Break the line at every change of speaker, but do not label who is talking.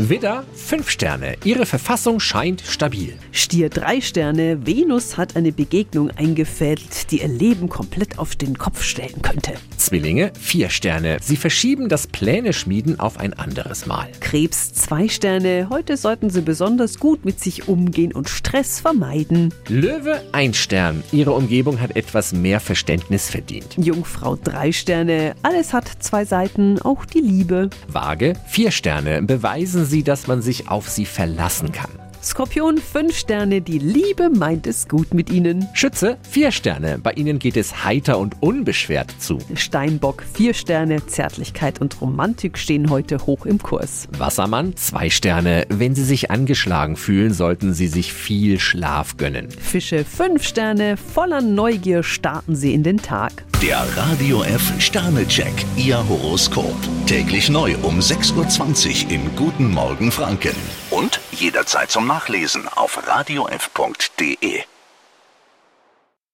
Widder, 5 Sterne. Ihre Verfassung scheint stabil.
Stier drei Sterne, Venus hat eine Begegnung eingefädelt, die ihr Leben komplett auf den Kopf stellen könnte.
Zwillinge, 4 Sterne. Sie verschieben das Pläne schmieden auf ein anderes Mal.
Krebs zwei Sterne, heute sollten sie besonders gut mit sich umgehen und Stress vermeiden.
Löwe, 1 Stern. Ihre Umgebung hat etwas mehr Verständnis verdient.
Jungfrau drei Sterne, alles hat zwei Seiten, auch die Liebe.
Waage, 4 Sterne. Beweisen Sie, dass man sich auf Sie verlassen kann.
Skorpion fünf Sterne, die Liebe meint es gut mit ihnen.
Schütze, 4 Sterne. Bei Ihnen geht es heiter und unbeschwert zu.
Steinbock vier Sterne, Zärtlichkeit und Romantik stehen heute hoch im Kurs.
Wassermann, 2 Sterne. Wenn Sie sich angeschlagen fühlen, sollten Sie sich viel Schlaf gönnen.
Fische fünf Sterne, voller Neugier starten sie in den Tag.
Der Radio F Sternecheck, Ihr Horoskop. Täglich neu um 6.20 Uhr im Guten Morgen Franken. Und jederzeit zum Nachlesen auf radiof.de.